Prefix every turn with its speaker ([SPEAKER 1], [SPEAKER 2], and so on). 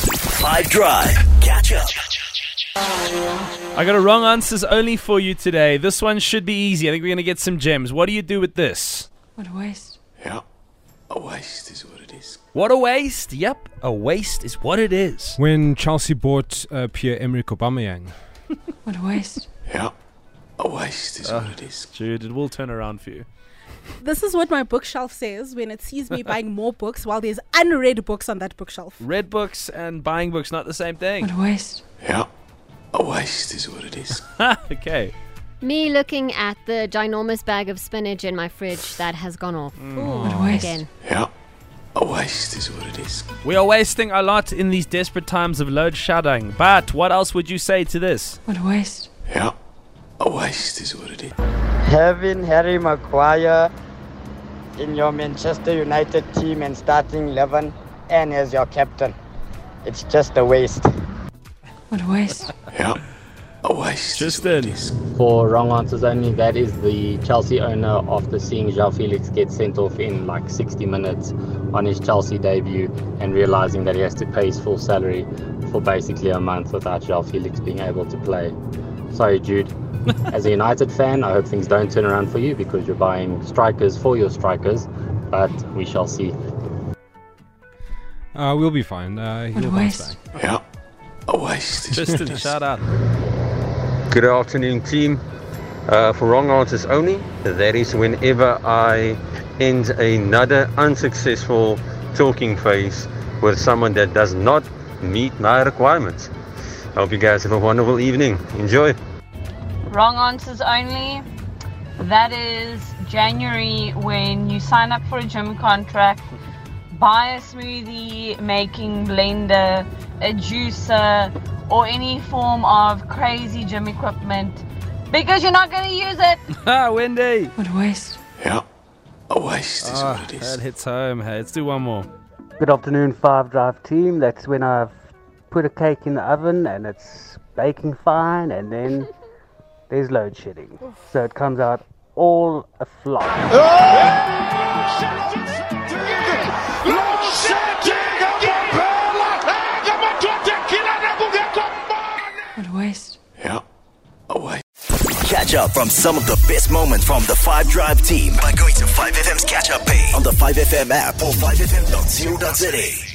[SPEAKER 1] Five Drive. Catch up.
[SPEAKER 2] I got a wrong answers only for you today. This one should be easy. I think we're going to get some gems. What do you do with this?
[SPEAKER 3] What a waste.
[SPEAKER 4] Yeah. A waste is what it is.
[SPEAKER 2] What a waste. Yep, a waste is what it is.
[SPEAKER 5] When Chelsea bought uh, Pierre-Emerick Aubameyang,
[SPEAKER 3] What a waste.
[SPEAKER 4] Yeah. A waste is what it is.
[SPEAKER 2] Dude, it will turn around for you.
[SPEAKER 6] This is what my bookshelf says when it sees me buying more books while there's unread books on that bookshelf.
[SPEAKER 2] Read books and buying books, not the same
[SPEAKER 3] What
[SPEAKER 2] thing.
[SPEAKER 3] a waste.
[SPEAKER 4] Yeah. A waste is what it is.
[SPEAKER 2] okay.
[SPEAKER 7] Me looking at the ginormous bag of spinach in my fridge that has gone off
[SPEAKER 3] What a waste.
[SPEAKER 7] again.
[SPEAKER 4] Yeah. A waste is what it is.
[SPEAKER 2] We are wasting a lot in these desperate times of load shedding. But what else would you say to this?
[SPEAKER 3] What a waste.
[SPEAKER 4] Yeah. A waste is what it is.
[SPEAKER 8] having Harry Maguire in your Manchester United team and starting 11 and as your captain. It's just a waste.
[SPEAKER 3] What a waste.
[SPEAKER 4] Yeah. A waste
[SPEAKER 2] Tristan.
[SPEAKER 4] is what it is.
[SPEAKER 9] For wrong answers only, that is the Chelsea owner after seeing Joao Felix get sent off in like 60 minutes on his Chelsea debut and realizing that he has to pay his full salary for basically a month without Joao Felix being able to play. Sorry, Jude. As a United fan, I hope things don't turn around for you because you're buying strikers for your strikers, but we shall see.
[SPEAKER 5] uh, we'll be fine.
[SPEAKER 3] What
[SPEAKER 5] Uh,
[SPEAKER 3] a
[SPEAKER 5] he'll bounce
[SPEAKER 3] waste.
[SPEAKER 5] back.
[SPEAKER 4] Yeah. A waste is what it
[SPEAKER 2] Tristan,
[SPEAKER 4] is.
[SPEAKER 2] shout out.
[SPEAKER 10] Good afternoon, team. Uh, for wrong answers only, that is whenever I end another unsuccessful talking phase with someone that does not meet my requirements. Hope you guys have a wonderful evening. Enjoy.
[SPEAKER 11] Wrong answers only. That is January when you sign up for a gym contract, buy a smoothie making blender, a juicer, or any form of crazy gym equipment because you're not going to use it.
[SPEAKER 2] Ah, Wendy.
[SPEAKER 3] What a waste.
[SPEAKER 4] Yeah. A waste is
[SPEAKER 2] Ah,
[SPEAKER 4] what it
[SPEAKER 2] that
[SPEAKER 4] is.
[SPEAKER 2] hits home. Hey, let's do one more.
[SPEAKER 8] Good afternoon, Five Drive team. That's when I've put a cake in the oven and it's baking fine, and then there's load shedding. So it comes out all a flop.
[SPEAKER 3] What a waste.
[SPEAKER 4] Ah. Yeah. A waste.
[SPEAKER 1] Catch up from some of the best moments from the Five Drive team by going to 5FM's catch up page on the 5FM app or 5FM.co.za.